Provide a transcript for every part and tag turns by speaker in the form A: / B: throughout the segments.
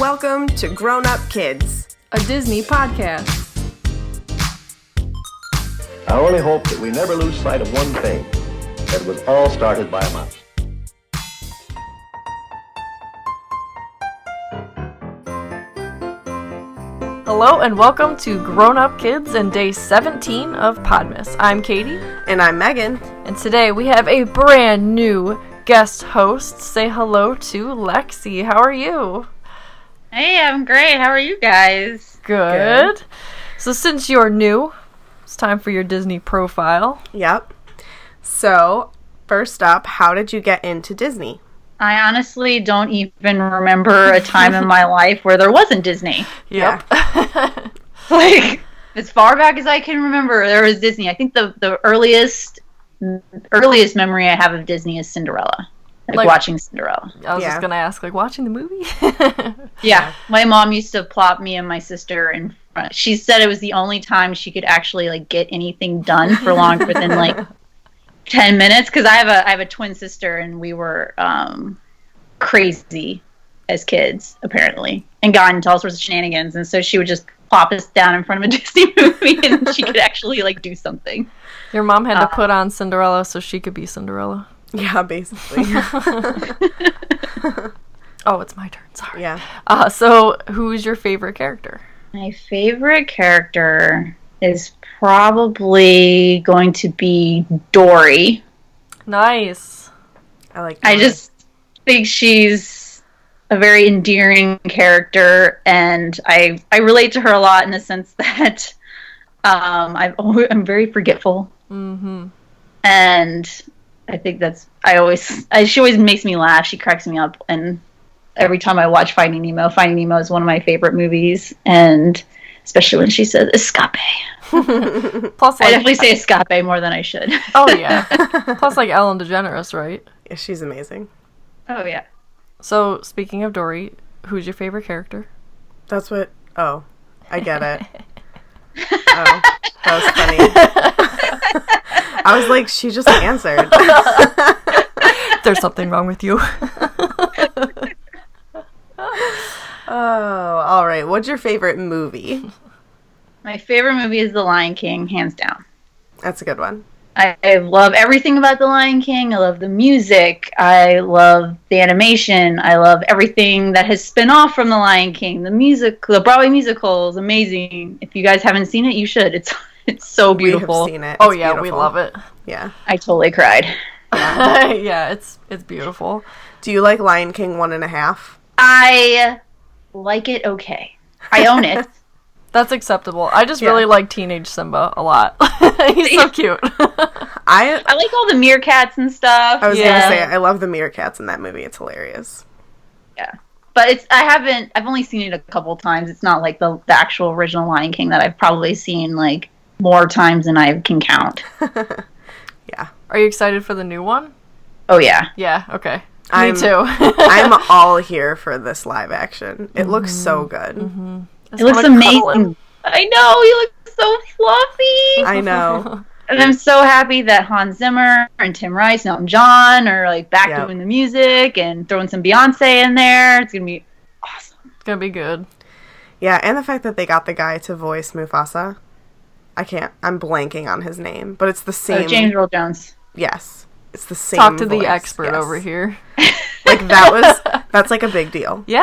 A: Welcome to Grown Up Kids.
B: a Disney podcast.
C: I only hope that we never lose sight of one thing that it was all started by a mouse.
B: Hello and welcome to Grown Up Kids and day 17 of Podmas. I'm Katie,
A: And I'm Megan.
B: and today we have a brand new guest host. Say hello to Lexi. How are you?
D: Hey, I'm great. How are you guys?
B: Good. So, since you're new, it's time for your Disney profile.
A: Yep. So, first up, how did you get into Disney?
D: I honestly don't even remember a time in my life where there wasn't Disney.
A: Yep.
D: Like as far back as I can remember, there was Disney. I think the the earliest earliest memory I have of Disney is Cinderella. Like,
B: Like-
D: watching Cinderella.
B: I was
A: Yeah.
B: just going to ask, like, watching the movie?
D: Yeah. My mom used to plop me and my sister in front. She said it was the only time she could actually like get anything done for long within like 10 minutes cuz I have a I have a twin sister and we were um crazy as kids apparently and got into all sorts of shenanigans and so she would just plop us down in front of a Disney movie and she could actually like do something.
B: your mom had to put on Cinderella so she could be Cinderella.
A: Yeah, basically.
B: Oh, it's my turn. Sorry.
A: yeah.
B: Uh, so, who's your favorite character?
D: My favorite character is probably going to be Dory.
B: Nice.
A: I like
D: I just think she's a very endearing character, and I I relate to her a lot in the sense that um, I've always, I'm very forgetful,
B: Mm-hmm.
D: and I think that's I always I, she always makes me laugh. She cracks me up, and every time I watch Finding Nemo, Finding Nemo is one of my favorite movies, and especially when she says escape.
B: Plus,
D: I
B: like,
D: definitely say escape more than I should.
B: oh yeah. Plus, like Ellen DeGeneres, right?
A: Yeah, she's amazing.
D: oh yeah.
B: So, speaking of Dory, who's your favorite character?
A: That's what. Oh, I get it. oh, that was funny. I was like, she just answered.
B: There's something wrong with you.
A: Oh, all right. What's your favorite movie?
D: My favorite movie is The Lion King, hands down.
A: That's a good one.
D: I, I love everything about The Lion King. I love the music. I love the animation. I love everything that has spin off from The Lion King. The music, the Broadway musical is amazing. If you guys haven't seen it, you should. It's it's so beautiful.
A: We have seen it.
B: oh
A: It's
B: yeah,
A: beautiful.
B: we love it.
A: Yeah.
D: I totally cried.
B: yeah, it's it's beautiful.
A: Do you like Lion King one and a half?
D: I like it okay. I own it.
B: That's acceptable. I just
A: Yeah.
B: really like teenage Simba a lot. He's so cute.
A: I
D: I like all the meerkats and stuff.
A: I was
B: Yeah.
A: gonna say I love the meerkats in that movie. It's hilarious.
D: but it's I haven't I've only seen it a couple times. It's not like the, the actual original Lion King that I've probably seen like more times than I can count.
B: Are you excited for the new one?
D: Oh yeah.
B: Yeah. Okay.
A: I'm-
B: Me too.
A: I'm all here for this live action. It looks so
B: Mm-hmm.
A: good.
B: It's
D: It looks
B: like
D: amazing.
B: cuddling.
D: I know he looks so fluffy,
A: I know.
D: and I'm so happy that Hans Zimmer and Tim Rice and Elton John are like back
A: Yep.
D: doing the music and throwing some Beyonce in there. It's gonna be awesome.
B: It's gonna be good.
A: Yeah, and the fact that they got the guy to voice Mufasa. I can't. I'm blanking on his name, but it's the same.
D: So uh, James Earl Jones.
A: yes, it's the same.
B: Oh, Talk to
A: voice,
B: the expert
A: yes.
B: over here.
A: Like that was. That's like a big deal.
B: Yeah.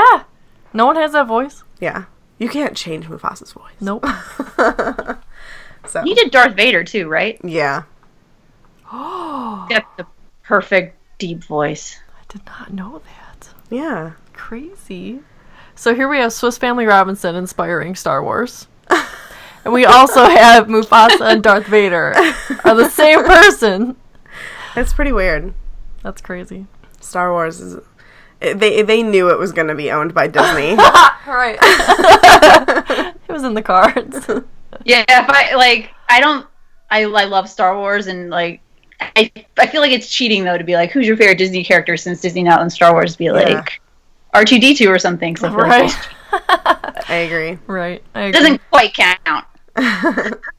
B: No one has that voice.
A: Yeah, you can't change Mufasa's voice.
B: Nope.
A: So
D: He did Darth Vader too, right?
A: yeah,
B: Oh,
D: He got the perfect deep voice.
B: I did not know that.
A: yeah.
B: Crazy. So here we have Swiss Family Robinson inspiring Star Wars. and we also have Mufasa and Darth Vader are the same person.
A: It's pretty weird.
B: That's crazy.
A: Star Wars is. it- They they knew it was going to be owned by Disney.
B: All right. it was in the cards.
D: Yeah, if I like, I don't. I I love Star Wars and like. I, I feel like it's cheating though to be like who's your favorite Disney character since Disney now and Star Wars be like
A: Yeah.
D: R two D two or something. So I feel like
B: Right.
D: that's-
A: I agree.
B: Right. I
D: it
B: agree.
D: doesn't quite count.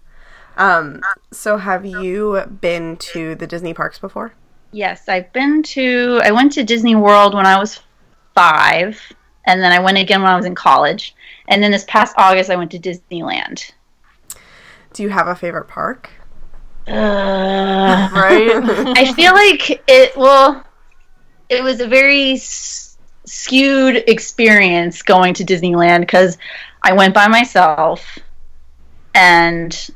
A: Um, so have you been to the Disney parks before?
D: Yes, I've been to. I went to Disney World when I was five, and then I went again when I was in college, and then this past August I went to Disneyland.
A: Do you have a favorite park?
D: Uh,
B: right?
D: I feel like it. Well, it was a very s- skewed experience going to Disneyland because I went by myself, and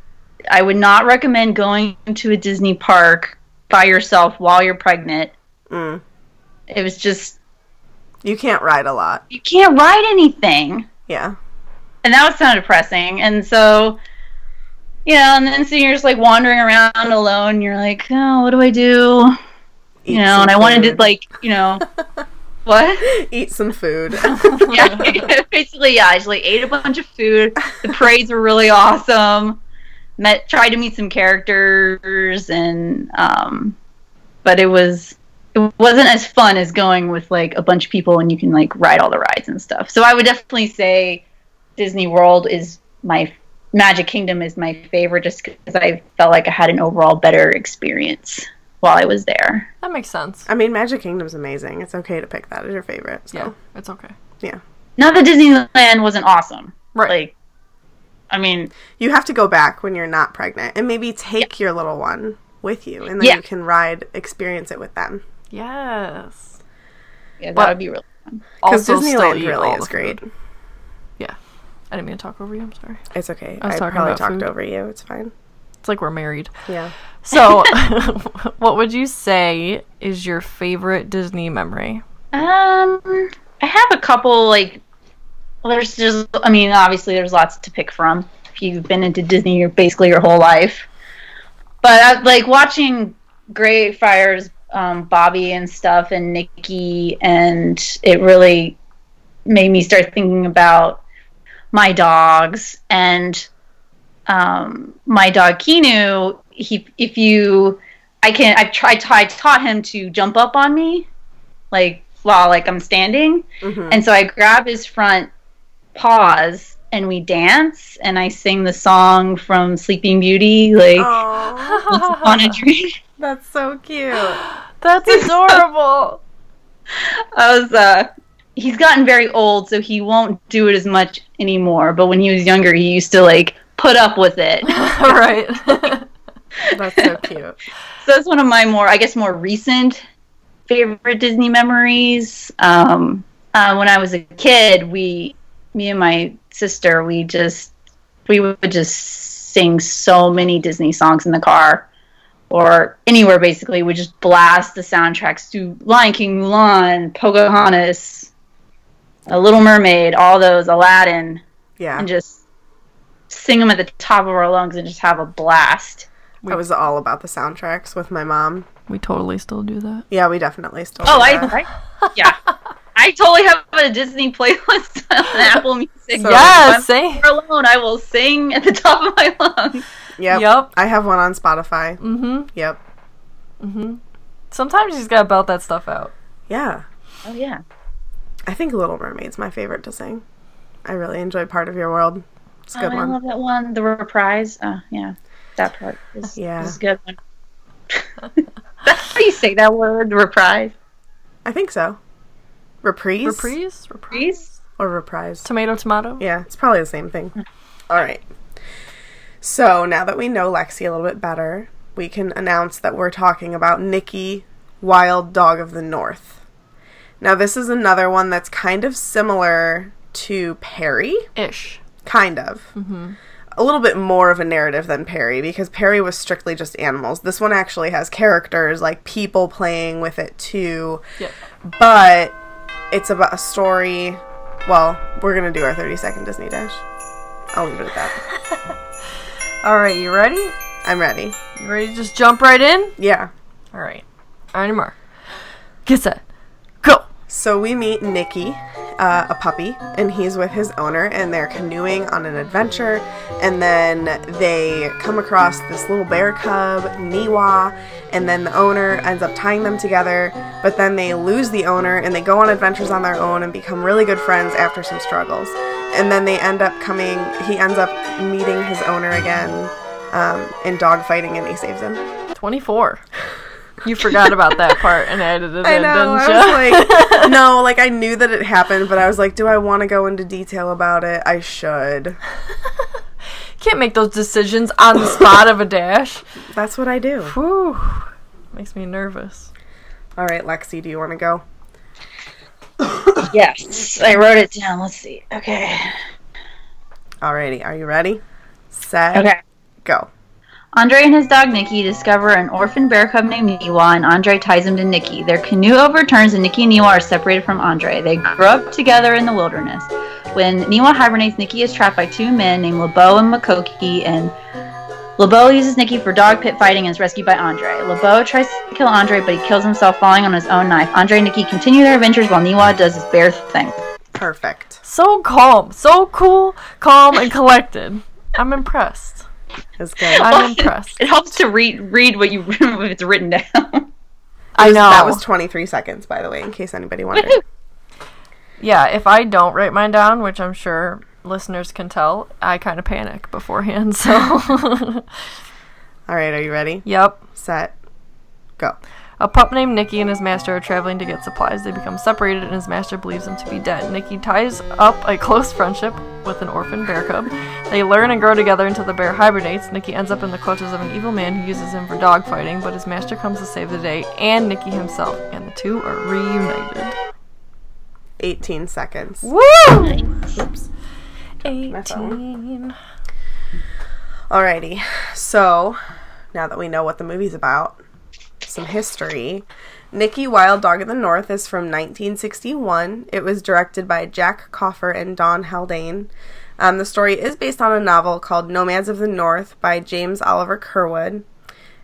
D: I would not recommend going to a Disney park by yourself while you're pregnant.
A: Mm.
D: It was just
A: You can't ride a lot.
D: you can't ride anything.
A: Yeah.
D: and that was kind of depressing. And so, you know, and then so you're just like wandering around alone. And you're like, oh, what do I do?
A: Eat
D: you know,
A: some
D: and I wanted to
A: food.
D: like, you know, what?
A: eat some food.
D: Yeah, basically, yeah. I just like ate a bunch of food. The parades were really awesome. Met, tried to meet some characters, and um, but it was it wasn't as fun as going with like a bunch of people and you can like ride all the rides and stuff. So I would definitely say Disney World is my Magic Kingdom is my favorite just because I felt like I had an overall better experience while I was there.
B: That makes sense.
A: I mean, Magic Kingdom's amazing. It's okay to pick that as your favorite. So.
B: Yeah, it's okay.
D: Not that Disneyland wasn't awesome,
B: Right.
D: Like, I mean,
A: You have to go back when you're not pregnant and maybe take your little one with you and then
D: Yeah.
A: you can ride experience it with them.
B: Yes.
D: yeah, that
B: Well-
D: would be really.
A: Because
B: Also still
A: Disneyland
B: eat
A: really
B: all
A: is
B: the food.
A: great.
B: I didn't mean to talk over you. I'm sorry.
A: It's okay.
B: I was
A: I,
B: talking
A: probably
B: about
A: talked
B: food.
A: over you. It's fine.
B: It's like we're married.
A: Yeah.
B: So, what would you say is your favorite Disney memory?
D: Um, I have a couple like. well, There's just, I mean, obviously there's lots to pick from. If you've been into Disney your basically your whole life, but I, like watching Great Fires, um, Bobby and stuff, and Nikki, and it really made me start thinking about my dogs and um, my dog Kinu. He, if you, I can, I tried, I taught him to jump up on me, like while like I'm standing,
A: Mhm.
D: and so I grab his front paws and we dance and I sing the song from Sleeping Beauty, like
A: Oh,
D: "Once on a dream.
A: that's so cute.
B: That's adorable.
D: I was uh he's gotten very old so he won't do it as much anymore, but when he was younger he used to like put up with it.
B: All right.
A: That's so cute.
D: so that's one of my more I guess more recent favorite Disney memories. Um uh, when I was a kid, we me and my sister, we just we would just sing so many Disney songs in the car or anywhere basically. We just blast the soundtracks to Lion King, Mulan, Pocahontas, A Little Mermaid, all those, Aladdin,
A: Yeah.
D: and just sing them at the top of our lungs and just have a blast.
A: I was all about the soundtracks with my mom.
B: we totally still do that.
A: Yeah, we definitely still.
D: Oh,
A: do
D: I,
A: that.
D: I- yeah. I totally have a Disney playlist on Apple Music.
A: So-
B: yes,
D: When
B: same.
D: I'm alone, I will sing at the top of my lungs.
A: Yep.
B: Yep.
A: I have one on Spotify.
B: hmm
A: Yep.
B: Sometimes you just gotta belt that stuff out.
A: Yeah.
D: Oh yeah,
A: I think Little Mermaid's my favorite to sing. I really enjoy Part of Your World. It's a good
D: Oh, I
A: one.
D: love that one. The reprise. Oh yeah, that part is,
A: Yeah.
D: is a good one. That's how you say that word, reprise.
A: I think so. Reprise?
B: Reprise? Reprise?
D: Reprise?
A: Or reprise.
B: Tomato, tomato?
A: Yeah, it's probably the same thing. All right. So now that we know Lexi a little bit better, we can announce that we're talking about Nikki, Wild Dog of the North. Now, this is another one that's kind of similar to Perry,
B: Ish.
A: kind of. A little bit more of a narrative than Perry because Perry was strictly just animals. This one actually has characters, like people playing with it too
B: Yep.
A: but it's about a story. Well, we're gonna do our 30 second Disney dash. I'll leave it at that.
B: All right, you ready?
A: I'm ready.
B: You ready to just jump right in?
A: Yeah.
B: All right. On your mark. Get set. Go.
A: So we meet Nicky, uh, a puppy, and he's with his owner, and they're canoeing on an adventure. And then they come across this little bear cub, Niwa, and then the owner ends up tying them together. But then they lose the owner, and they go on adventures on their own and become really good friends after some struggles. And then they end up coming, he ends up meeting his owner again um, in dogfighting, and he saves him.
B: 24. You forgot about that part and added it
A: I
B: in,
A: know.
B: didn't
A: I
B: you?
A: was like, no, like I knew that it happened, but I was like, do I want to go into detail about it? I should.
B: Can't make those decisions on the spot of a dash.
A: That's what I do.
B: Whew. Makes me nervous.
A: All right, Lexi, do you want to go?
D: Yes, I wrote it down. Let's see. Okay.
A: Alrighty, are you ready? Set,
D: Okay.
A: go.
D: Andre and his dog Nikki discover an orphan bear cub named Niwa, and Andre ties him to Nikki. Their canoe overturns, and Nikki and Niwa are separated from Andre. They grow up together in the wilderness. When Niwa hibernates, Nikki is trapped by two men named LeBeau and Makoki, and LeBeau uses Nikki for dog pit fighting and is rescued by Andre. LeBeau tries to kill Andre, but he kills himself falling on his own knife. Andre and Nikki continue their adventures while Niwa does his bear thing.
A: Perfect.
B: So calm, so cool, calm, and collected. I'm impressed.
A: It's good.
B: I'm impressed.
D: It helps to read read what you if it's written down.
B: I know.
A: That was 23 seconds, by the way, in case anybody wondered.
B: yeah, if I don't write mine down, which I'm sure listeners can tell, I kind of panic beforehand. So,
A: Alright, are you ready?
B: yep.
A: Set, go.
B: A pup named Nicky and his master are traveling to get supplies. They become separated, and his master believes him to be dead. Nicky ties up a close friendship with an orphan bear cub. They learn and grow together until the bear hibernates. Nicky ends up in the clutches of an evil man who uses him for dog fighting, but his master comes to save the day, and Nicky himself, and the two are reunited.
A: 18 seconds.
B: Woo!
A: Oops.
B: 18.
A: Alrighty. So, now that we know what the movie's about, some history. Nikki Wild Dog of the North is from 1961. It was directed by Jack Coffer and Don Haldane. Um, the story is based on a novel called Nomads of the North by James Oliver Curwood,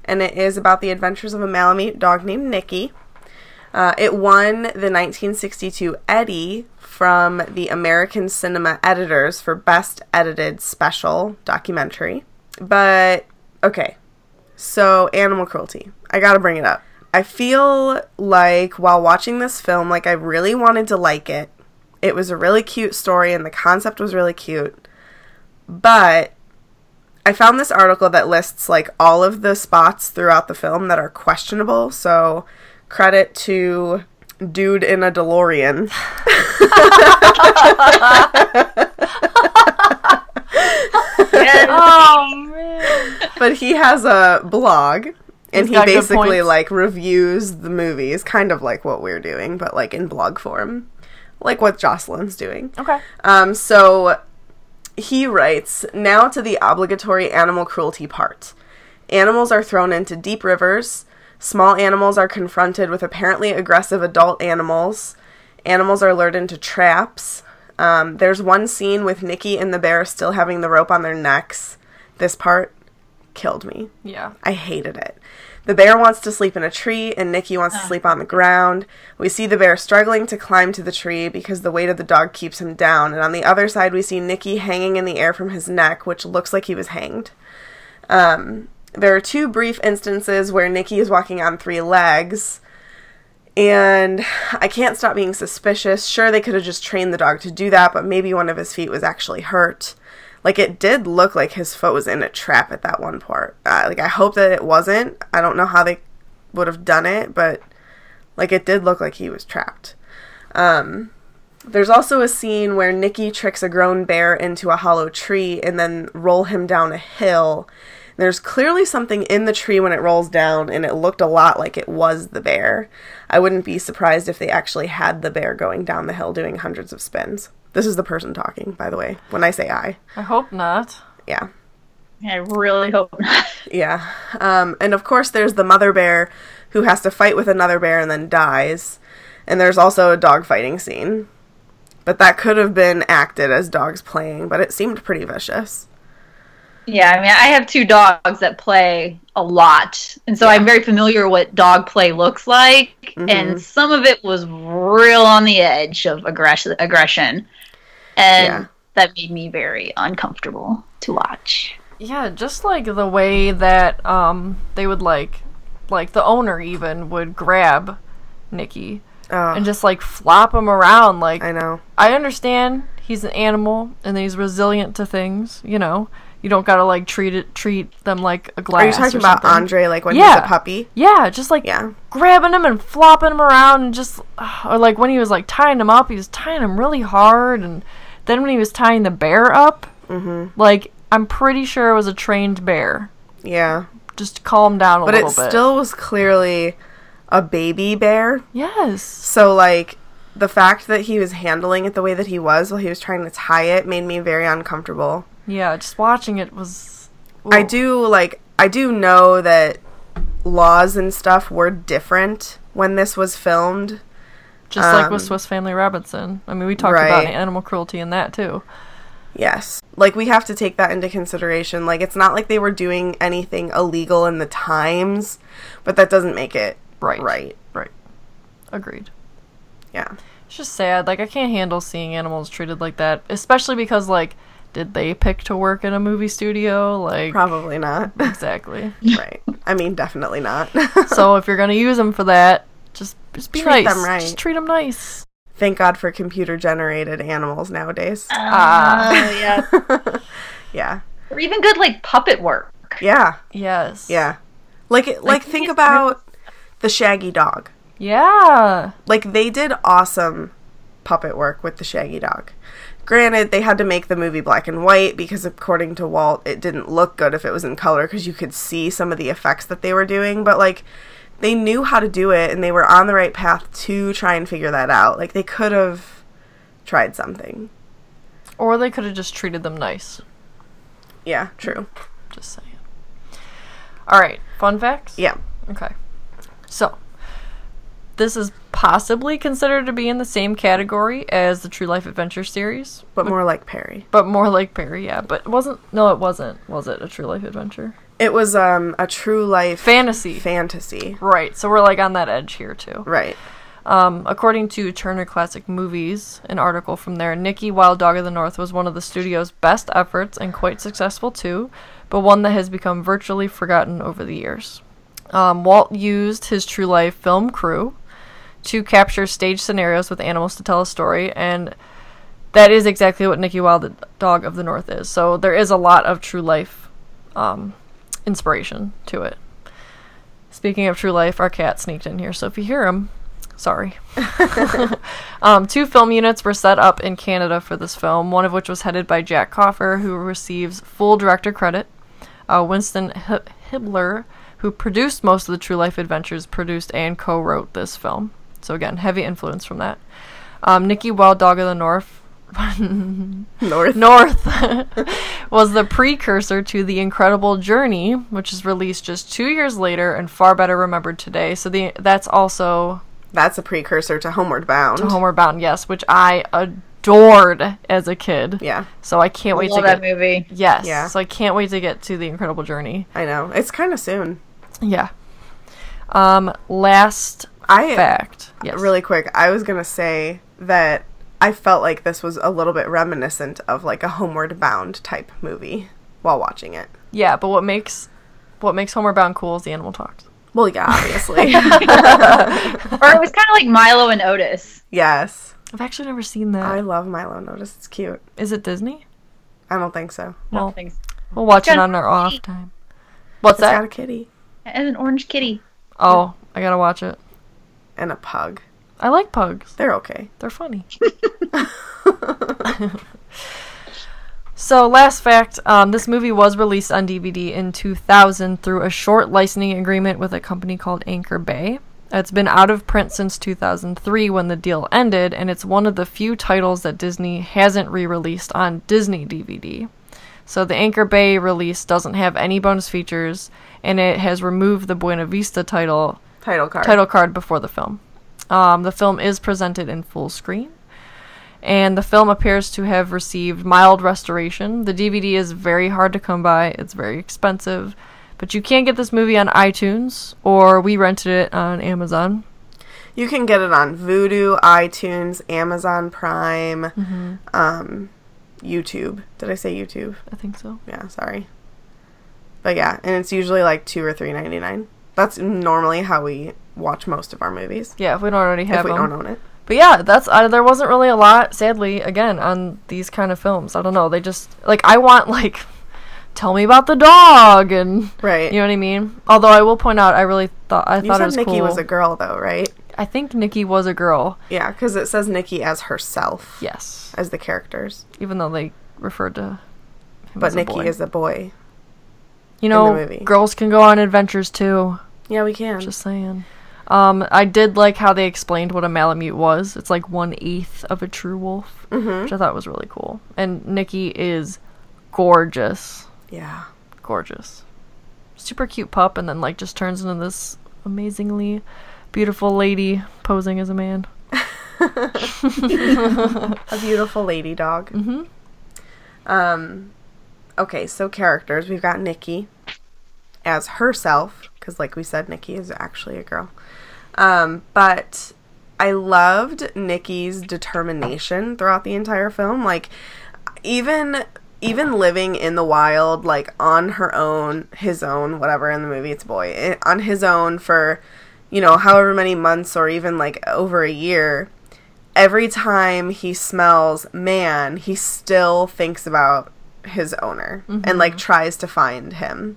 A: and it is about the adventures of a Malamute dog named Nikki. Uh, it won the 1962 Eddie from the American Cinema Editors for Best Edited Special Documentary. But, okay, so animal cruelty. I gotta bring it up. I feel like while watching this film, like I really wanted to like it. It was a really cute story and the concept was really cute. But I found this article that lists like all of the spots throughout the film that are questionable. So credit to dude in a DeLorean.
B: Oh man.
A: but he has a blog and
B: He's
A: he
B: got good
A: basically
B: points.
A: like reviews the movies kind of like what we're doing but like in blog form like what jocelyn's doing
B: Okay.
A: um, so he writes now to the obligatory animal cruelty part. Animals are thrown into deep rivers. Small animals are confronted with apparently aggressive adult animals. Animals are lured into traps. Um, there's one scene with Nikki and the bear still having the rope on their necks. This part killed me.
B: Yeah.
A: I hated it. The bear wants to sleep in a tree, and Nikki wants to sleep on the ground. We see the bear struggling to climb to the tree because the weight of the dog keeps him down. And on the other side, we see Nikki hanging in the air from his neck, which looks like he was hanged. Um, there are two brief instances where Nikki is walking on three legs, and I can't stop being suspicious. Sure, they could have just trained the dog to do that, but maybe one of his feet was actually hurt. Like it did look like his foot was in a trap at that one part. Uh, like I hope that it wasn't. I don't know how they would have done it, but like it did look like he was trapped. Um, there's also a scene where Nikki tricks a grown bear into a hollow tree and then roll him down a hill. There's clearly something in the tree when it rolls down, and it looked a lot like it was the bear. I wouldn't be surprised if they actually had the bear going down the hill doing hundreds of spins. This is the person talking, by the way, when I say I.
B: I hope not.
A: Yeah.
D: I really hope not.
A: Yeah. Um, and of course, there's the mother bear who has to fight with another bear and then dies. And there's also a dog fighting scene. But that could have been acted as dogs playing, but it seemed pretty vicious.
D: Yeah, I mean, I have two dogs that play a lot, and so I'm very familiar what dog play looks like. And some of it was real on the edge of aggression, aggression, and
A: Yeah.
D: that made me very uncomfortable to watch.
B: Yeah, just like the way that um they would like like the owner even would grab Nikki
A: Oh,
B: and just like flop him around like
A: I know.
B: I understand he's an animal and that he's resilient to things, you know. You don't gotta like treat it treat them like a glass.
A: Are you talking
B: or
A: about
B: something.
A: Andre like when
B: Yeah.
A: he's a puppy?
B: Yeah, just like
A: Yeah.
B: grabbing him and flopping him around and just or like when he was like tying him up, he was tying him really hard and then when he was tying the bear up,
A: Mm-hmm.
B: like I'm pretty sure it was a trained bear.
A: Yeah.
B: Just to calm down a
A: But
B: little
A: it
B: bit.
A: still was clearly a baby bear.
B: yes.
A: So like the fact that he was handling it the way that he was while he was trying to tie it made me very uncomfortable.
B: Yeah, just watching it was
A: I
B: Ooh.
A: do like I do know that laws and stuff were different when this was filmed.
B: just like with
A: um,
B: Swiss Family Robinson. I mean, we talked about
A: Right.
B: animal cruelty in that too.
A: Yes. Like we have to take that into consideration. Like it's not like they were doing anything illegal in the times, but that doesn't make it
B: Right.
A: right.
B: Right. Agreed.
A: Yeah.
B: It's just sad. Like I can't handle seeing animals treated like that, especially because like did they pick to work in a movie studio? Like
A: Probably not.
B: exactly.
A: right. I mean, definitely not.
B: so if you're gonna use them for that, just just be
A: Treat
B: nice.
A: them right.
B: Just treat them nice.
A: Thank God for computer generated animals nowadays.
B: Ah,
D: Oh yeah.
A: Yeah.
D: or even good like puppet work.
A: Yeah.
B: yes.
A: Yeah. Like it, like think about the Shaggy dog.
B: Yeah.
A: Like they did awesome puppet work with the Shaggy dog. Granted, they had to make the movie black and white because according to Walt, it didn't look good if it was in color cuz you could see some of the effects that they were doing, but like they knew how to do it and they were on the right path to try and figure that out. Like they could have tried something.
B: Or they could have just treated them nice.
A: Yeah, true.
B: Just saying. All right. Fun facts.
A: Yeah.
B: Okay. So, this is possibly considered to be in the same category as the True Life Adventure series,
A: But more like Perry.
B: but more like Perry, yeah. But it wasn't, no, it wasn't. Was it a True Life Adventure?
A: It was um a true life
B: Fantasy.
A: fantasy.
B: right, so we're like on that edge here, too.
A: Right.
B: Um, according to Turner Classic Movies, an article from there, Nikki Wild Dog of the North was one of the studio's best efforts and quite successful too, but one that has become virtually forgotten over the years. Um, Walt used his true life film crew to capture stage scenarios with animals to tell a story, and that is exactly what Nikki Wild Dog of the North is. So there is a lot of true life um, inspiration to it. Speaking of true life, our cat sneaked in here, so if you hear him, sorry. um, two film units were set up in Canada for this film, one of which was headed by Jack Coffer, who receives full director credit. Uh, Winston Hi- Hibler, who produced most of the True Life Adventures, produced and co wrote this film. So, again, heavy influence from that. Um, Nikki Wild Dog of the North
A: North.
B: North was the precursor to The Incredible Journey, which is released just two years later and far better remembered today. So the that's also
A: That's a precursor to Homeward Bound.
B: Homeward Bound, yes, which I adored as a kid.
A: yeah,
B: So I can't
D: I
B: wait
D: love
B: to
D: that
B: get
D: movie.
B: yes.
A: Yeah.
B: So I can't wait to get to The Incredible Journey.
A: I know. It's kind of soon.
B: Yeah. Um. Last
A: I
B: fact. Yes.
A: really quick. I was gonna say that I felt like this was a little bit reminiscent of like a Homeward Bound type movie while watching it.
B: Yeah. But what makes what makes Homeward Bound cool is the animal talks.
A: Well, yeah, obviously.
D: Or it was kind of like Milo and Otis.
A: yes,
B: I've actually never seen
A: I
B: that. Is
A: love Milo. Notice it's cute.
B: it Disney?
A: I don't think so.
B: Well,
D: Nothing.
B: We'll watch it
D: Got
B: on our off time. What's
A: It's got
B: that?
A: a kitty
D: As an orange kitty.
B: Oh, I gotta watch it.
A: and a pug.
B: I like pugs.
A: They're okay.
B: They're funny. so, last fact: um, this movie was released on DVD in 2000 through a short licensing agreement with a company called Anchor Bay. It's been out of print since 2003 when the deal ended, and it's one of the few titles that Disney hasn't re-released on Disney DVD. So the Anchor Bay release doesn't have any bonus features, and it has removed the Buena Vista title
A: Title card.
B: title card before the film. Um, the film is presented in full screen, and the film appears to have received mild restoration. The DVD is very hard to come by; it's very expensive, but you can get this movie on iTunes or we rented it on Amazon.
A: You can get it on Vudu, iTunes, Amazon Prime, um, YouTube. Did I say YouTube?
B: I think so.
A: Yeah, sorry. But yeah, and it's usually like two or three ninety nine. That's normally how we watch most of our movies
B: Yeah, if we don't already have
A: if we
B: them.
A: don't own it.
B: But yeah, that's uh, there wasn't really a lot, sadly, again, on these kind of films. I don't know. They just like I want like tell me about the dog and
A: Right.
B: you know what I mean? Although I will point out I really thought I
A: you
B: thought it
A: said
B: was
A: Nikki
B: cool.
A: was a girl, though, right?
B: I think Nikki was a girl.
A: Yeah, because it says Nikki as herself,
B: Yes.
A: as the characters,
B: Even though they referred to him
A: but
B: as a
A: Nikki
B: boy.
A: is a boy.
B: You know,
A: movie.
B: girls can go on adventures too.
A: Yeah, we can.
B: Just saying. Um, I did like how they explained what a Malamute was. It's like one eighth of a true wolf,
A: Mm-hmm.
B: which I thought was really cool. And Nikki is gorgeous,
A: yeah.
B: gorgeous, super cute pup, and then like just turns into this amazingly beautiful lady posing as a man.
A: A beautiful lady dog. Mm-hmm. Um, okay, so characters. We've got Nikki as herself, because, like we said, Nikki is actually a girl. Um, but I loved Nikki's determination throughout the entire film. Like, even even living in the wild, like on her own, his own, whatever in the movie, it's a boy eh, on his own for, you know, however many months or even like over a year. Every time he smells man, he still thinks about his owner and like tries to find him.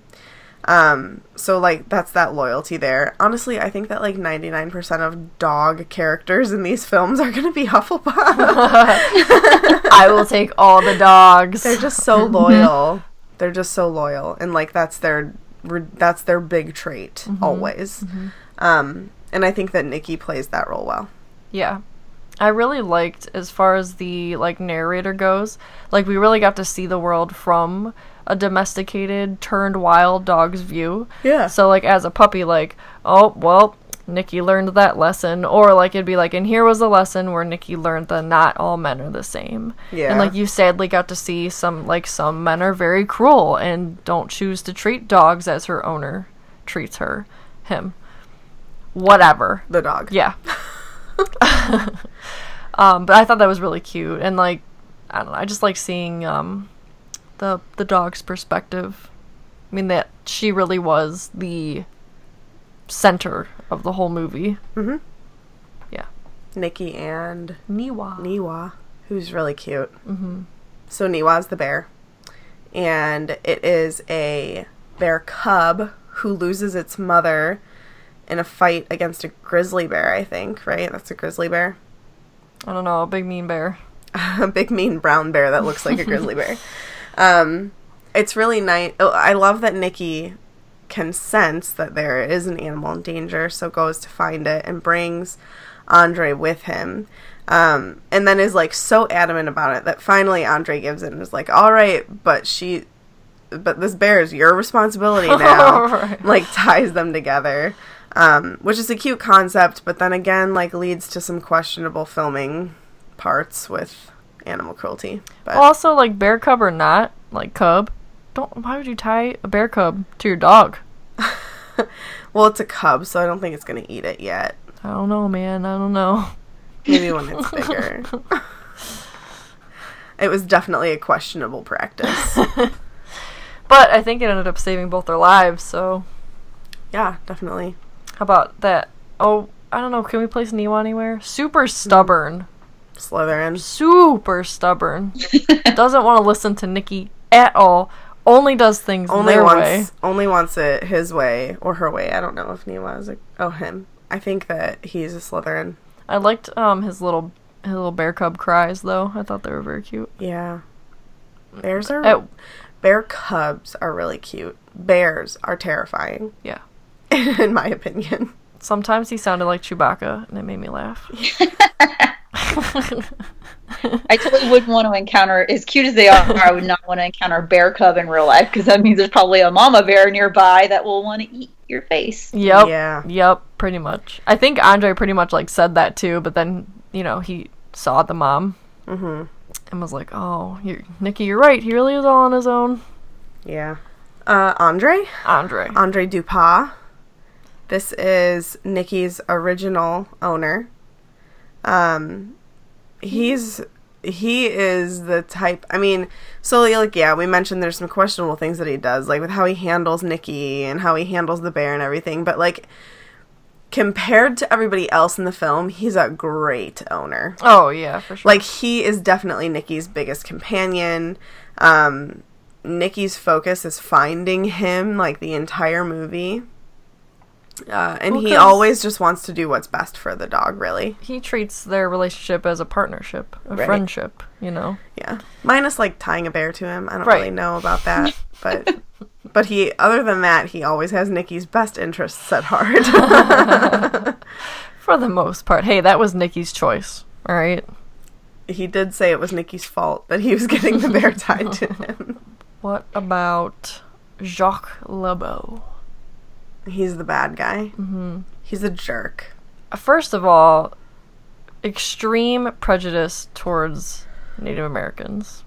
A: Um, so like that's that loyalty there. Honestly, I think that like 99% of dog characters in these films are going to be Hufflepuff.
B: I will take all the dogs.
A: They're just so loyal. They're just so loyal, and like that's their re- that's their big trait always. Um, and I think that Nikki plays that role well.
B: Yeah. I really liked as far as the like narrator goes, like we really got to see the world from a domesticated turned wild dog's view.
A: Yeah.
B: So like as a puppy like, oh, well, Nikki learned that lesson or like it'd be like and here was a lesson where Nikki learned that not all men are the same.
A: Yeah.
B: And like you sadly got to see some like some men are very cruel and don't choose to treat dogs as her owner treats her him. Whatever.
A: The dog.
B: Yeah. um, but I thought that was really cute, and like, I don't know, I just like seeing um, the the dog's perspective. I mean that she really was the center of the whole movie.
A: Nikki and
B: Niwa.
A: Niwa, who's really cute. Mm-hmm. So Niwa's the bear, and it is a bear cub who loses its mother in a fight against a grizzly bear. I think right. That's a grizzly bear.
B: I don't know, a big mean bear.
A: a big mean brown bear that looks like a grizzly bear. Um, it's really nice. Oh, I love that Nikki can sense that there is an animal in danger, so goes to find it and brings Andre with him. Um, and then is like so adamant about it that finally Andre gives in and is like, "All right, but she, but this bear is your responsibility now."
B: Right.
A: Like ties them together, um, which is a cute concept, but then again, like leads to some questionable filming parts with animal cruelty. But
B: Also, like bear cub or not, like cub. Don't. Why would you tie a bear cub to your dog?
A: well, it's a cub, so I don't think it's gonna eat it yet.
B: I don't know, man. I don't know.
A: Maybe when it's bigger. it was definitely a questionable practice.
B: But I think it ended up saving both their lives. So
A: yeah, definitely.
B: How about that? Oh, I don't know. Can we place Niwa anywhere? Super stubborn.
A: Slytherin.
B: Super stubborn. Doesn't want to listen to Nikki at all. Only does things
A: Only
B: their
A: wants
B: way.
A: only wants it his way or her way. I don't know if Niwa is a oh him. I think that he's a Slytherin.
B: I liked um his little his little bear cub cries though. I thought they were very cute.
A: Yeah. Bears
D: Hmm.
A: are
B: Oh,
A: bear cubs are really cute. Bears are terrifying,
B: yeah.
A: in my opinion.
B: Sometimes he sounded like Chewbacca, and it made me laugh.
D: I totally wouldn't want to encounter, as cute as they are, I would not want to encounter a bear cub in real life because that means there's probably a mama bear nearby that will want to eat your face.
B: Yep.
A: Yeah.
B: Yep. Pretty much. I think Andre pretty much like said that too, but then you know he saw the mom
A: Mm-hmm.
B: and was like, "Oh, you're, Nikki, you're right. He really is all on his own."
A: Yeah. Uh, Andre?
B: Andre.
A: Andre Dupas. This is Nikki's original owner. Um, he's he is the type. I mean, so like yeah, we mentioned there's some questionable things that he does, like with how he handles Nikki and how he handles the bear and everything. But like compared to everybody else in the film, he's a great owner
B: Oh yeah, for sure.
A: like he is definitely Nikki's biggest companion. Um, Nikki's focus is finding him like the entire movie. Uh, and
B: Well,
A: he
B: 'cause-
A: always just wants to do what's best for the dog, really.
B: He treats their relationship as a partnership, a
A: Right.
B: friendship, you know?
A: Yeah. Minus like tying a bear to him. I don't
B: Right.
A: really know about that, but but he other than that, he always has Nikki's best interests at heart.
B: For the most part. Hey, that was Nikki's choice, all right?
A: he did say it was Nikki's fault that he was getting the bear tied to him.
B: What about Jacques Lebeau?
A: He's the bad guy. Mm-hmm. He's a jerk.
B: First of all, extreme prejudice towards Native Americans.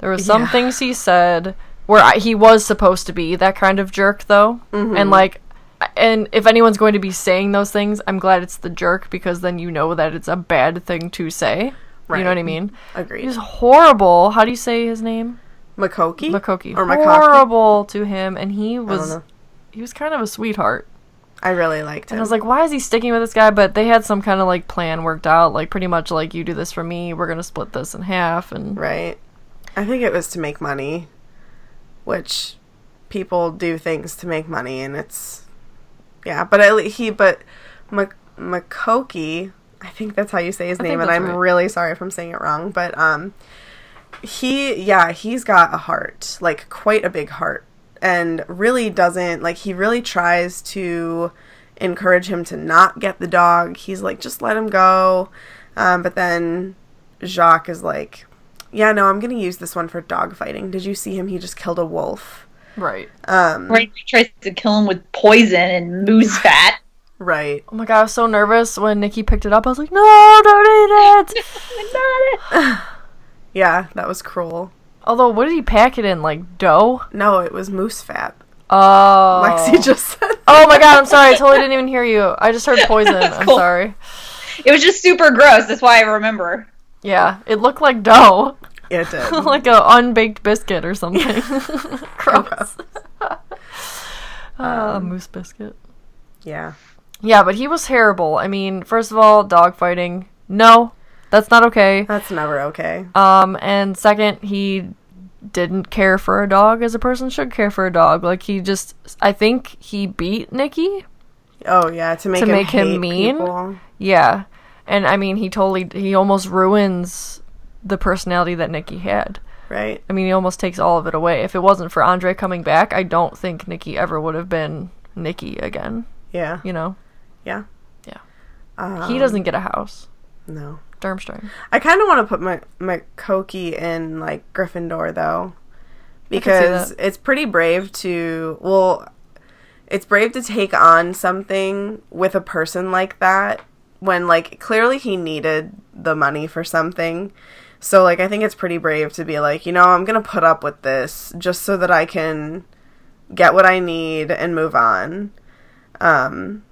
B: There were some
A: Yeah.
B: things he said where I, he was supposed to be that kind of jerk, though.
A: Mm-hmm.
B: And like, and if anyone's going to be saying those things, I'm glad it's the jerk because then you know that it's a bad thing to say. You
A: Right.
B: know what I mean?
A: Agreed.
B: He's horrible. How do you say his name?
A: Makoki?
B: Makoki.
A: Or Makoki.
B: horrible to him, and he was
A: know.
B: he was kind of a sweetheart.
A: I really liked him.
B: And I was like, why is he sticking with this guy? But they had some kind of like plan worked out, like pretty much like you do this for me, we're gonna split this in half, and
A: Right. I think it was to make money, which people do things to make money, and it's yeah. But I, he, but Mak- Makoki, I think that's how you say his
B: I think
A: name, and
B: that's
A: I'm
B: right.
A: really sorry if I'm saying it wrong. But um, he, yeah, he's got a heart, like quite a big heart, and really doesn't like. He really tries to encourage him to not get the dog. He's like, just let him go. Um, but then Jacques is like, yeah, no, I'm going to use this one for dog fighting. Did you see him? He just killed a wolf.
B: right.
A: Um,
D: Right, he tries to kill him with poison and moose fat.
A: right.
B: Oh my god, I was so nervous when Nikki picked it up. I was like, no, don't eat it.
A: Yeah, that was cruel.
B: Although, what did he pack it in? Like dough?
A: No, it was moose fat.
B: Oh,
A: Lexi just said.
B: oh my god, I'm sorry. I totally didn't even hear you. I just heard poison. I'm
D: Cool.
B: sorry.
D: It was just super gross. That's why I remember.
B: Yeah, it looked like dough,
A: It did.
B: like a unbaked biscuit or something. Gross. Uh, moose biscuit.
A: yeah.
B: Yeah, but he was terrible. I mean, first of all, dog fighting. No, that's not okay.
A: That's never okay.
B: Um, and second, he didn't care for a dog as a person should care for a dog. Like he just, I think he beat Nikki.
A: Oh, yeah. To make
B: To
A: him,
B: make him
A: hate
B: mean?
A: people.
B: Yeah, and I mean, he totally, he almost ruins the personality that Nikki had.
A: Right.
B: I mean, he almost takes all of it away. If it wasn't for Andre coming back, I don't think Nikki ever would have been Nikki again.
A: Yeah.
B: You know,
A: Yeah.
B: he doesn't get a house.
A: No.
B: Durmstrang.
A: I kind of want to put my Makoki in like Gryffindor though,
B: can see
A: because it's pretty brave to well, it's brave to take on something with a person like that when like clearly he needed the money for something. So like I think it's pretty brave to be like, you know, I'm going to put up with this just so that I can get what I need and move on. Um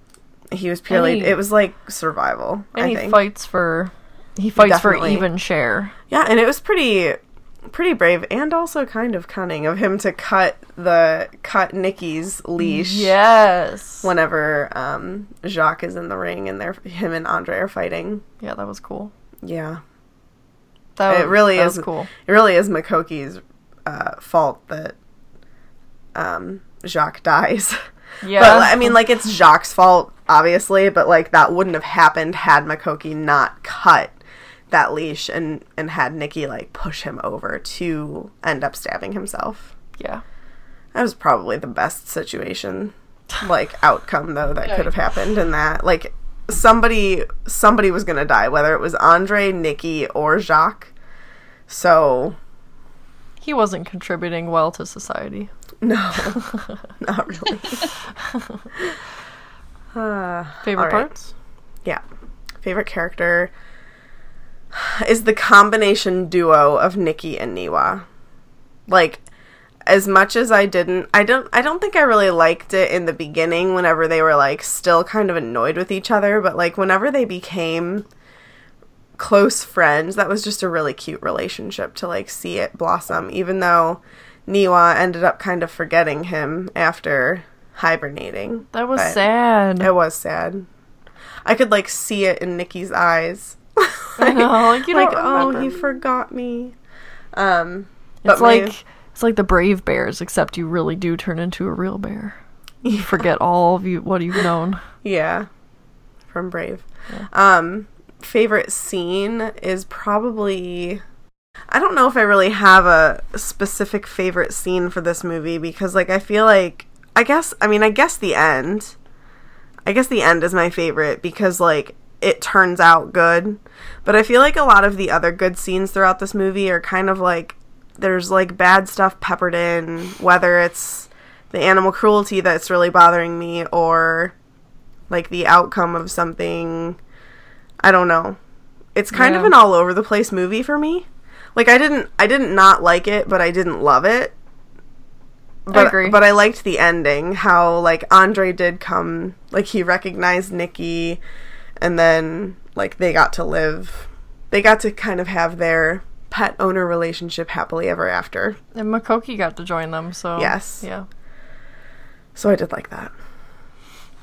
A: he was purely
B: he-
A: it was like survival,
B: And
A: I
B: he
A: think.
B: fights for he fights
A: Definitely.
B: for even share.
A: Yeah, and it was pretty pretty brave and also kind of cunning of him to cut the cut Nikki's leash
B: Yes.
A: whenever um Jacques is in the ring and they're him and Andre are fighting.
B: yeah, that was cool.
A: Yeah.
B: That
A: It
B: was,
A: really
B: Oh, that
A: is-
B: was cool.
A: It really is Makoki's uh fault that um Jacques dies.
B: Yeah.
A: But I mean like it's Jacques' fault obviously, but like that wouldn't have happened had Makoki not cut that leash and and had Nikki like push him over to end up stabbing himself.
B: yeah.
A: That was probably the best situation, like outcome though that could have happened in that. Like somebody, somebody was gonna die, whether it was Andre, Nikki, or Jacques. So
B: He wasn't contributing well to society.
A: no, not really.
B: Favorite
A: All right.
B: parts?
A: Yeah, favorite character is the combination duo of Nikki and Niwa. Like as much as I didn't I don't I don't think I really liked it in the beginning whenever they were like still kind of annoyed with each other, but like whenever they became close friends, that was just a really cute relationship to like see it blossom even though Niwa ended up kind of forgetting him after hibernating.
B: That was
A: But-
B: sad.
A: It was sad. I could like see it in Nikki's eyes.
B: I know, like you
A: like,
B: don't
A: oh,
B: remember.
A: he forgot me. Um, but
B: it's
A: my-
B: like It's like the brave bears, except you really do turn into a real bear. You forget all of you what you've known.
A: Yeah. From Brave. Um favorite scene is probably I don't know if I really have a specific favorite scene for this movie because like I feel like I guess I mean I guess the end I guess the end is my favorite because like it turns out good. But I feel like a lot of the other good scenes throughout this movie are kind of like there's like bad stuff peppered in, whether it's the animal cruelty that's really bothering me or like the outcome of something I don't know. It's kind of
B: Yeah.
A: an all over the place movie for me. Like I didn't I didn't not like it, but I didn't love it. But,
B: agree.
A: but I liked the ending, how like Andre did come, like he recognized Nikki, and then like they got to live, they got to kind of have their pet owner relationship happily ever after.
B: And Makoki got to join them, so
A: Yes.
B: yeah.
A: So I did like that.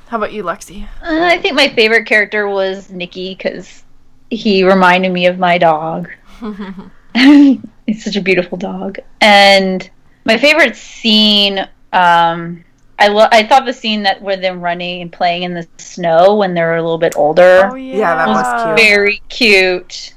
B: How about you, Lexi?
D: Uh, I think my favorite character was Nikki because he reminded me of my dog. He's such a beautiful dog. And my favorite scene, um, I lo- I thought the scene that were them running and playing in the snow when they were a little bit older
B: Oh,
A: Yeah, that was cute.
D: very cute.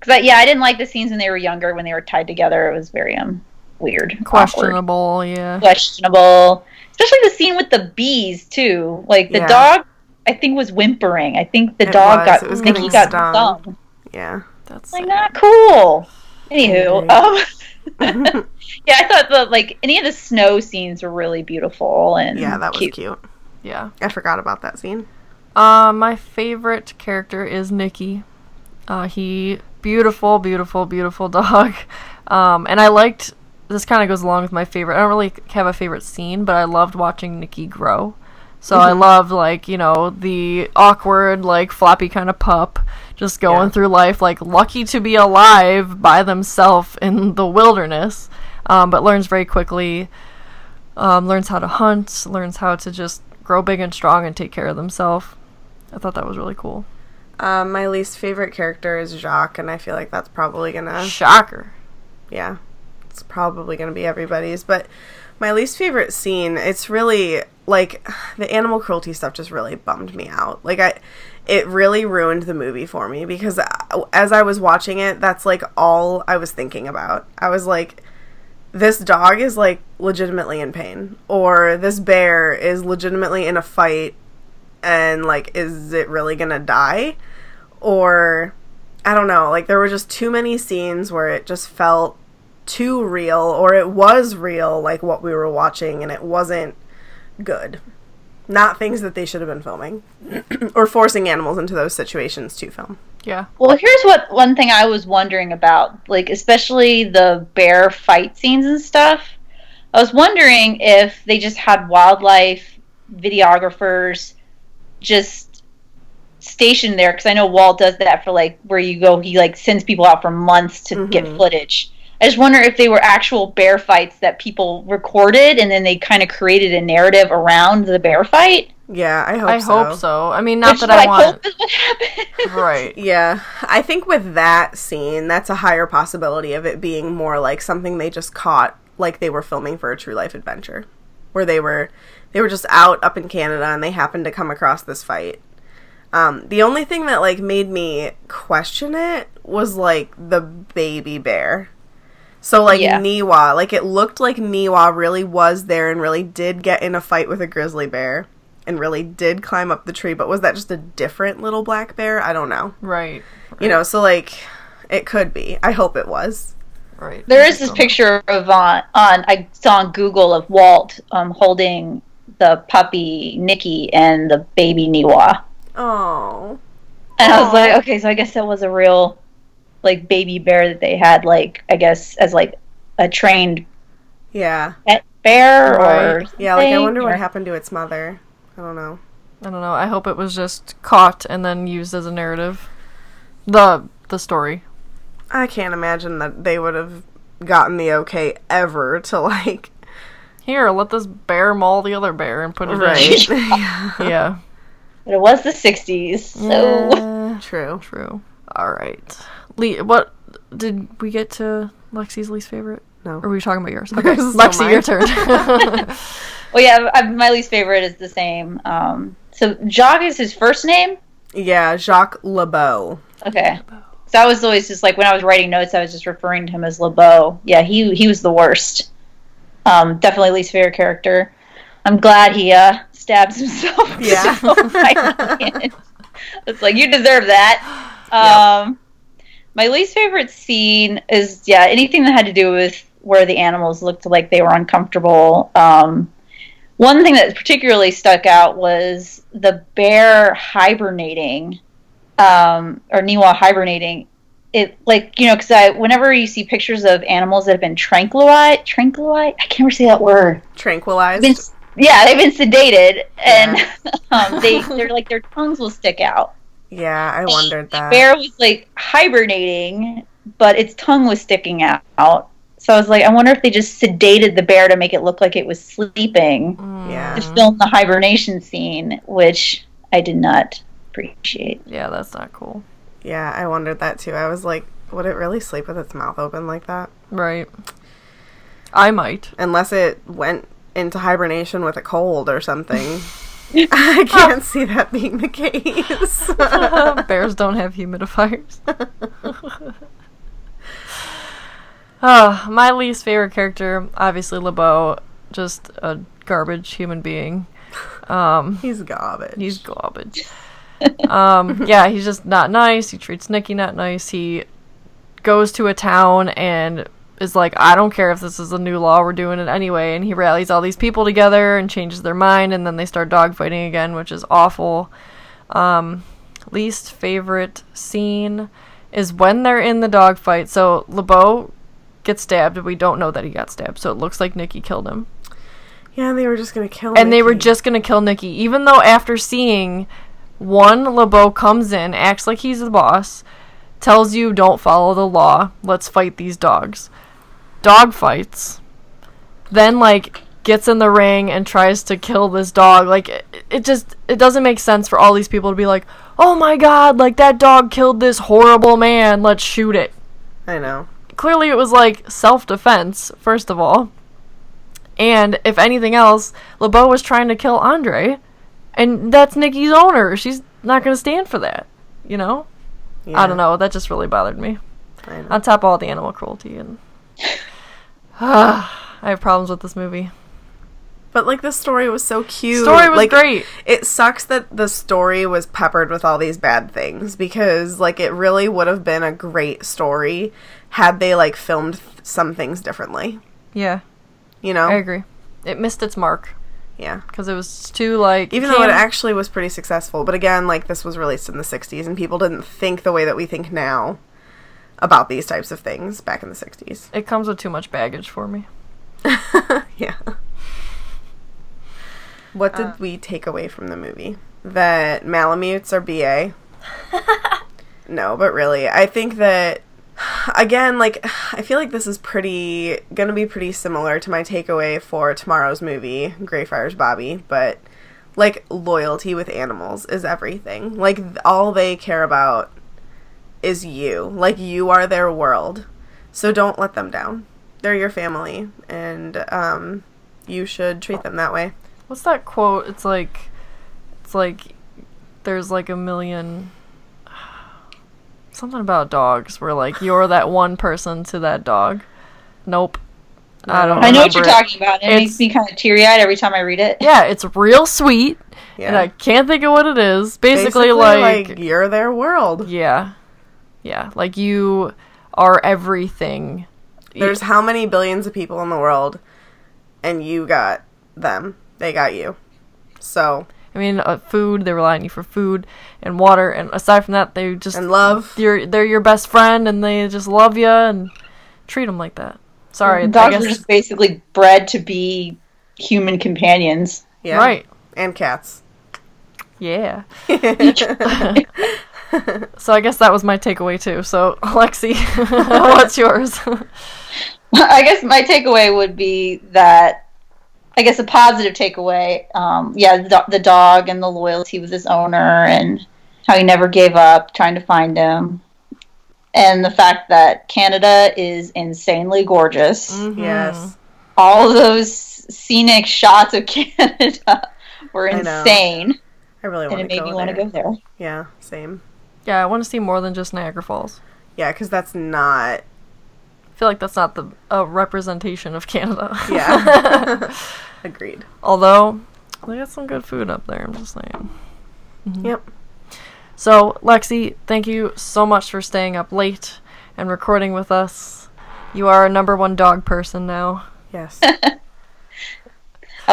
D: Cause I, yeah, I didn't like the scenes when they were younger when they were tied together. It was very um weird, awkward
B: Questionable, yeah.
D: questionable. Especially the scene with the bees too. Like the
A: Yeah.
D: dog, I think was whimpering. I think the
A: It
D: dog
A: was.
D: got
A: It was
D: Nikki
A: getting
D: got
A: stung.
D: stung.
A: Yeah.
B: That's
D: Like
B: sad.
D: not cool. Anywho, um,
A: yeah,
D: yeah, I thought the like any of the snow scenes were really beautiful and
A: that was
D: cute.
A: cute.
B: yeah.
A: I forgot about that scene.
B: Uh, my favorite character is Nikki. Uh, he beautiful, beautiful, beautiful dog. Um, and I liked this. Kind of goes along with my favorite. I don't really have a favorite scene, but I loved watching Nikki grow. So I loved like you know the awkward like floppy kind of pup just
A: Yeah.
B: going through life like lucky to be alive by themselves in the wilderness, um, but learns very quickly um, learns how to hunt, learns how to just grow big and strong and take care of themselves. I thought that was really cool.
A: Um, my least favorite character is Jacques, and I feel like that's probably gonna
B: Shocker.
A: yeah it's probably going to be everybody's but my least favorite scene it's really like the animal cruelty stuff just really bummed me out like i it really ruined the movie for me because I, as i was watching it that's like all i was thinking about i was like this dog is like legitimately in pain or this bear is legitimately in a fight and like is it really going to die or I don't know, like there were just too many scenes where it just felt too real or it was real like what we were watching and it wasn't good. Not things that they should have been filming or forcing animals into those situations to film.
B: Yeah.
D: Well, here's what one thing I was wondering about, like especially the bear fight scenes and stuff. I was wondering if they just had wildlife videographers just stationed there because I know Walt does that for like where you go, he like sends people out for months to get
B: Mm-hmm.
A: Mhm.
D: footage. I just wonder if they were actual bear fights that people recorded and then they kind of created a narrative around the bear fight.
A: Yeah, I hope
B: I
A: so.
B: hope so. I mean, not
D: which
B: that I
D: is what
B: want.
D: hope is what happened.
B: right.
A: Yeah, I think with that scene, that's a higher possibility of it being more like something they just caught, like they were filming for a true life adventure, where they were they were just out up in Canada and they happened to come across this fight. Um, the only thing that like made me question it was like the baby bear. So like
D: Yeah.
A: Niwa, like it looked like Niwa really was there and really did get in a fight with a grizzly bear and really did climb up the tree, but was that just a different little black bear? I don't know
B: Right.
A: you know so like it could be i hope it was
B: Right.
D: There is this picture of on, on I saw on Google of Walt um, holding the puppy Nikki and the baby Niwa,
A: oh
D: and I was like, okay, so I guess that was a real like baby bear that they had, like I guess as like a trained
A: yeah
D: pet bear or
B: Right.
A: yeah like i
D: something,
A: wonder
D: or-
A: what happened to its mother i don't know
B: I don't know. I hope it was just caught and then used as a narrative. The the story.
A: i can't imagine that they would have gotten the okay ever to like
B: Here, let this bear maul the other bear and put it
A: right
B: in. Yeah.
D: But it was the '60s, so
B: Yeah,
A: true
B: True. All right. Le- what did we get to Lexi's least favorite?
A: No.
B: Or were you talking about yours? Okay,
A: This is
B: Lexi,
A: still
B: your turn.
D: Well, yeah, I, my least favorite is the same. Um, so Jacques is his first name.
A: Yeah, Jacques LeBeau.
D: Okay. So I was always just like when I was writing notes, I was just referring to him as LeBeau. Yeah, he he was the worst. Um, definitely least favorite character. I'm glad he uh, stabs himself.
A: Yeah.
D: So I can't. it's like you deserve that. Um, My least favorite scene is yeah anything that had to do with where the animals looked like they were uncomfortable. Um, one thing that particularly stuck out was the bear hibernating um, or Niwa hibernating. It like you know because I whenever you see pictures of animals that have been tranquilized, tranquilized, I can't ever say that word.
A: Tranquilized.
D: They've been, yeah, they've been sedated, and um, they they're like their tongues will stick out.
A: yeah, I wondered that.
D: Bear was like hibernating, but its tongue was sticking out. So I was like, I wonder if they just sedated the bear to make it look like it was sleeping
A: Yeah.
D: to film the hibernation scene, which I did not appreciate.
B: yeah, that's not cool.
A: Yeah, I wondered that too. I was like, would it really sleep with its mouth open like that?
B: Right. I might.
A: Unless it went into hibernation with a cold or something. I can't see that being the case.
B: Bears don't have humidifiers. oh, my least favorite character, obviously LeBeau, just a garbage human being.
A: He's garbage.
B: He's garbage. um, yeah, he's just not nice. He treats Nikki not nice. He goes to a town and is like, I don't care if this is a new law, we're doing it anyway. And he rallies all these people together and changes their mind, and then they start dogfighting again, which is awful. Um, least favorite scene is when they're in the dogfight. So LeBeau gets stabbed, and we don't know that he got stabbed, so it looks like Nikki killed him
A: yeah, they were just gonna kill
B: and they were
A: Mickey.
B: just gonna kill Nikki, even though after seeing one LeBeau comes in, acts like he's the boss, tells you don't follow the law, let's fight these dogs. Dog fights. Then like gets in the ring and tries to kill this dog. Like it, it just it doesn't make sense for all these people to be like, "Oh my god, like that dog killed this horrible man, let's shoot it."
A: I know.
B: clearly it was like self defense, first of all. And if anything else, LeBeau was trying to kill Andre, and that's Nikki's owner. She's not going to stand for that, you know?
A: Yeah,
B: I don't know. That just really bothered me.
A: I know.
B: On top of all the animal cruelty, and. I have problems with this movie.
A: But like the story was so cute.
B: Story was
A: like,
B: great.
A: It sucks that the story was peppered with all these bad things because like it really would have been a great story had they like filmed th- some things differently.
B: Yeah,
A: You know?
B: I agree. It missed its mark
A: Yeah.
B: because it was too like
A: Even though it
B: cam-
A: actually was pretty successful, but again, like this was released in the 60s and people didn't think the way that we think now about these types of things back in the 60s.
B: it comes with too much baggage for me.
A: Yeah. What did we take away from the movie? That Malamutes are BA. no, but really, I think that again, like I feel like this is pretty going to be pretty similar to my takeaway for tomorrow's movie, Greyfriars Bobby, but like loyalty with animals is everything. Like th- all they care about is you. Like you are their world. So don't let them down. They're your family and um you should treat them that way.
B: What's that quote? It's like, it's like, there's like a million. Something about dogs where like you're that one person to that dog. Nope. I don't.
D: I know what you're
B: remember it.
D: talking about. It
B: It's-
D: makes me kind of teary eyed every time I read it.
B: Yeah, it's real sweet,
A: Yeah.
B: and I can't think of what it is. Basically, like,
A: you're their world.
B: yeah, yeah, like you are everything.
A: There's how many billions of people in the world and you got them. They got you. So,
B: I mean, uh, food. They rely on you for food and water, and aside from that, they just
A: and love
B: you're they're your best friend and they just love you and treat them like that. Sorry, I
D: Dogs
B: guess
D: are just basically bred to be human companions.
A: yeah.
B: right.
A: And cats.
B: Yeah.
D: Mm-hmm.
B: so I guess that was my takeaway too. So Alexi, what's yours?
D: I guess my takeaway would be that I guess a positive takeaway, um, yeah, the, do- the dog and the loyalty with his owner and how he never gave up trying to find him. and the fact that Canada is insanely gorgeous.
B: Mhm.
A: Yes.
D: All those scenic shots of Canada were
A: I know.
D: insane,
A: I really
D: and
A: want to
D: it made
A: go
D: me
A: there.
D: want to go there.
A: Yeah, same.
B: Yeah, I want to see more than just Niagara Falls.
A: Yeah, because that's not.
B: I feel like that's not the a representation of Canada.
A: Yeah. Agreed.
B: Although they got some good food up there. I'm just saying.
A: Yep.
B: So Lexi, thank you so much for staying up late and recording with us. You are a number one dog person now.
A: Yes.
D: I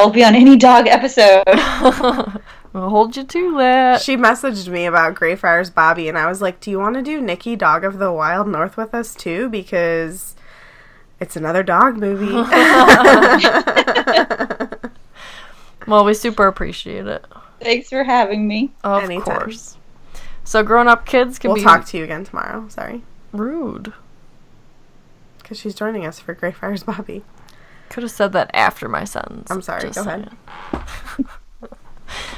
D: will be on any dog episode.
B: We'll hold you to that.
A: she messaged me about Greyfriars Bobby, and I was like, Do you want to do Nikki Dog of the Wild North with us too? Because it's another dog movie.
B: Well, we super appreciate it.
D: Thanks for having me.
B: Of
A: Anytime.
B: course. So grown-up kids can
A: we'll
B: be
A: talk to you again tomorrow. Sorry.
B: rude.
A: Because she's joining us for Greyfriars Bobby.
B: Could have said that after my sentence.
A: I'm sorry, go ahead.
B: saying.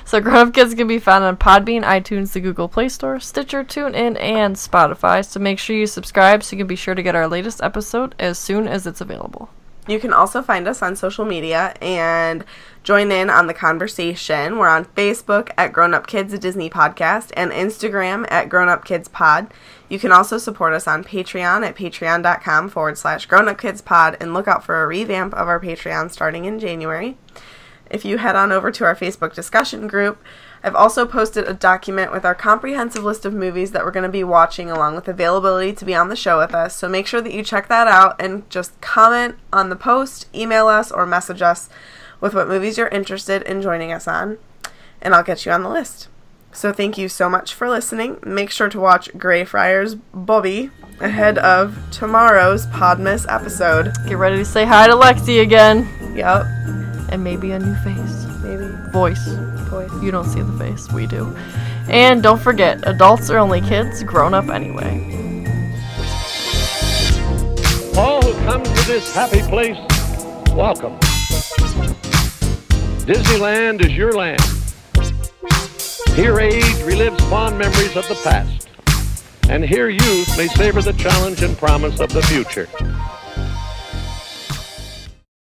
B: so Grown Up Kids can be found on Podbean, iTunes, the Google Play Store, Stitcher, TuneIn, and Spotify. So make sure you subscribe so you can be sure to get our latest episode as soon as it's available.
A: You can also find us on social media and join in on the conversation. We're on Facebook at Grown Up Kids a Disney Podcast and Instagram at Grown Up Kids Pod. You can also support us on Patreon at patreon.com forward slash grown up kids pod and look out for a revamp of our Patreon starting in January. If you head on over to our Facebook discussion group, I've also posted a document with our comprehensive list of movies that we're going to be watching along with availability to be on the show with us. So make sure that you check that out and just comment on the post, email us, or message us with what movies you're interested in joining us on, and I'll get you on the list. So thank you so much for listening. Make sure to watch Greyfriars Bobby ahead of tomorrow's Podmas episode.
B: Get ready to say hi to Lexi again.
A: Yep,
B: And maybe a new face.
A: maybe
B: Voice.
A: voice.
B: You don't see the face, we do. And don't forget, adults are only kids, grown up anyway.
E: All who come to this happy place, welcome. Disneyland is your land. Here age relives fond memories of the past. And here youth may savor the challenge and promise of the future.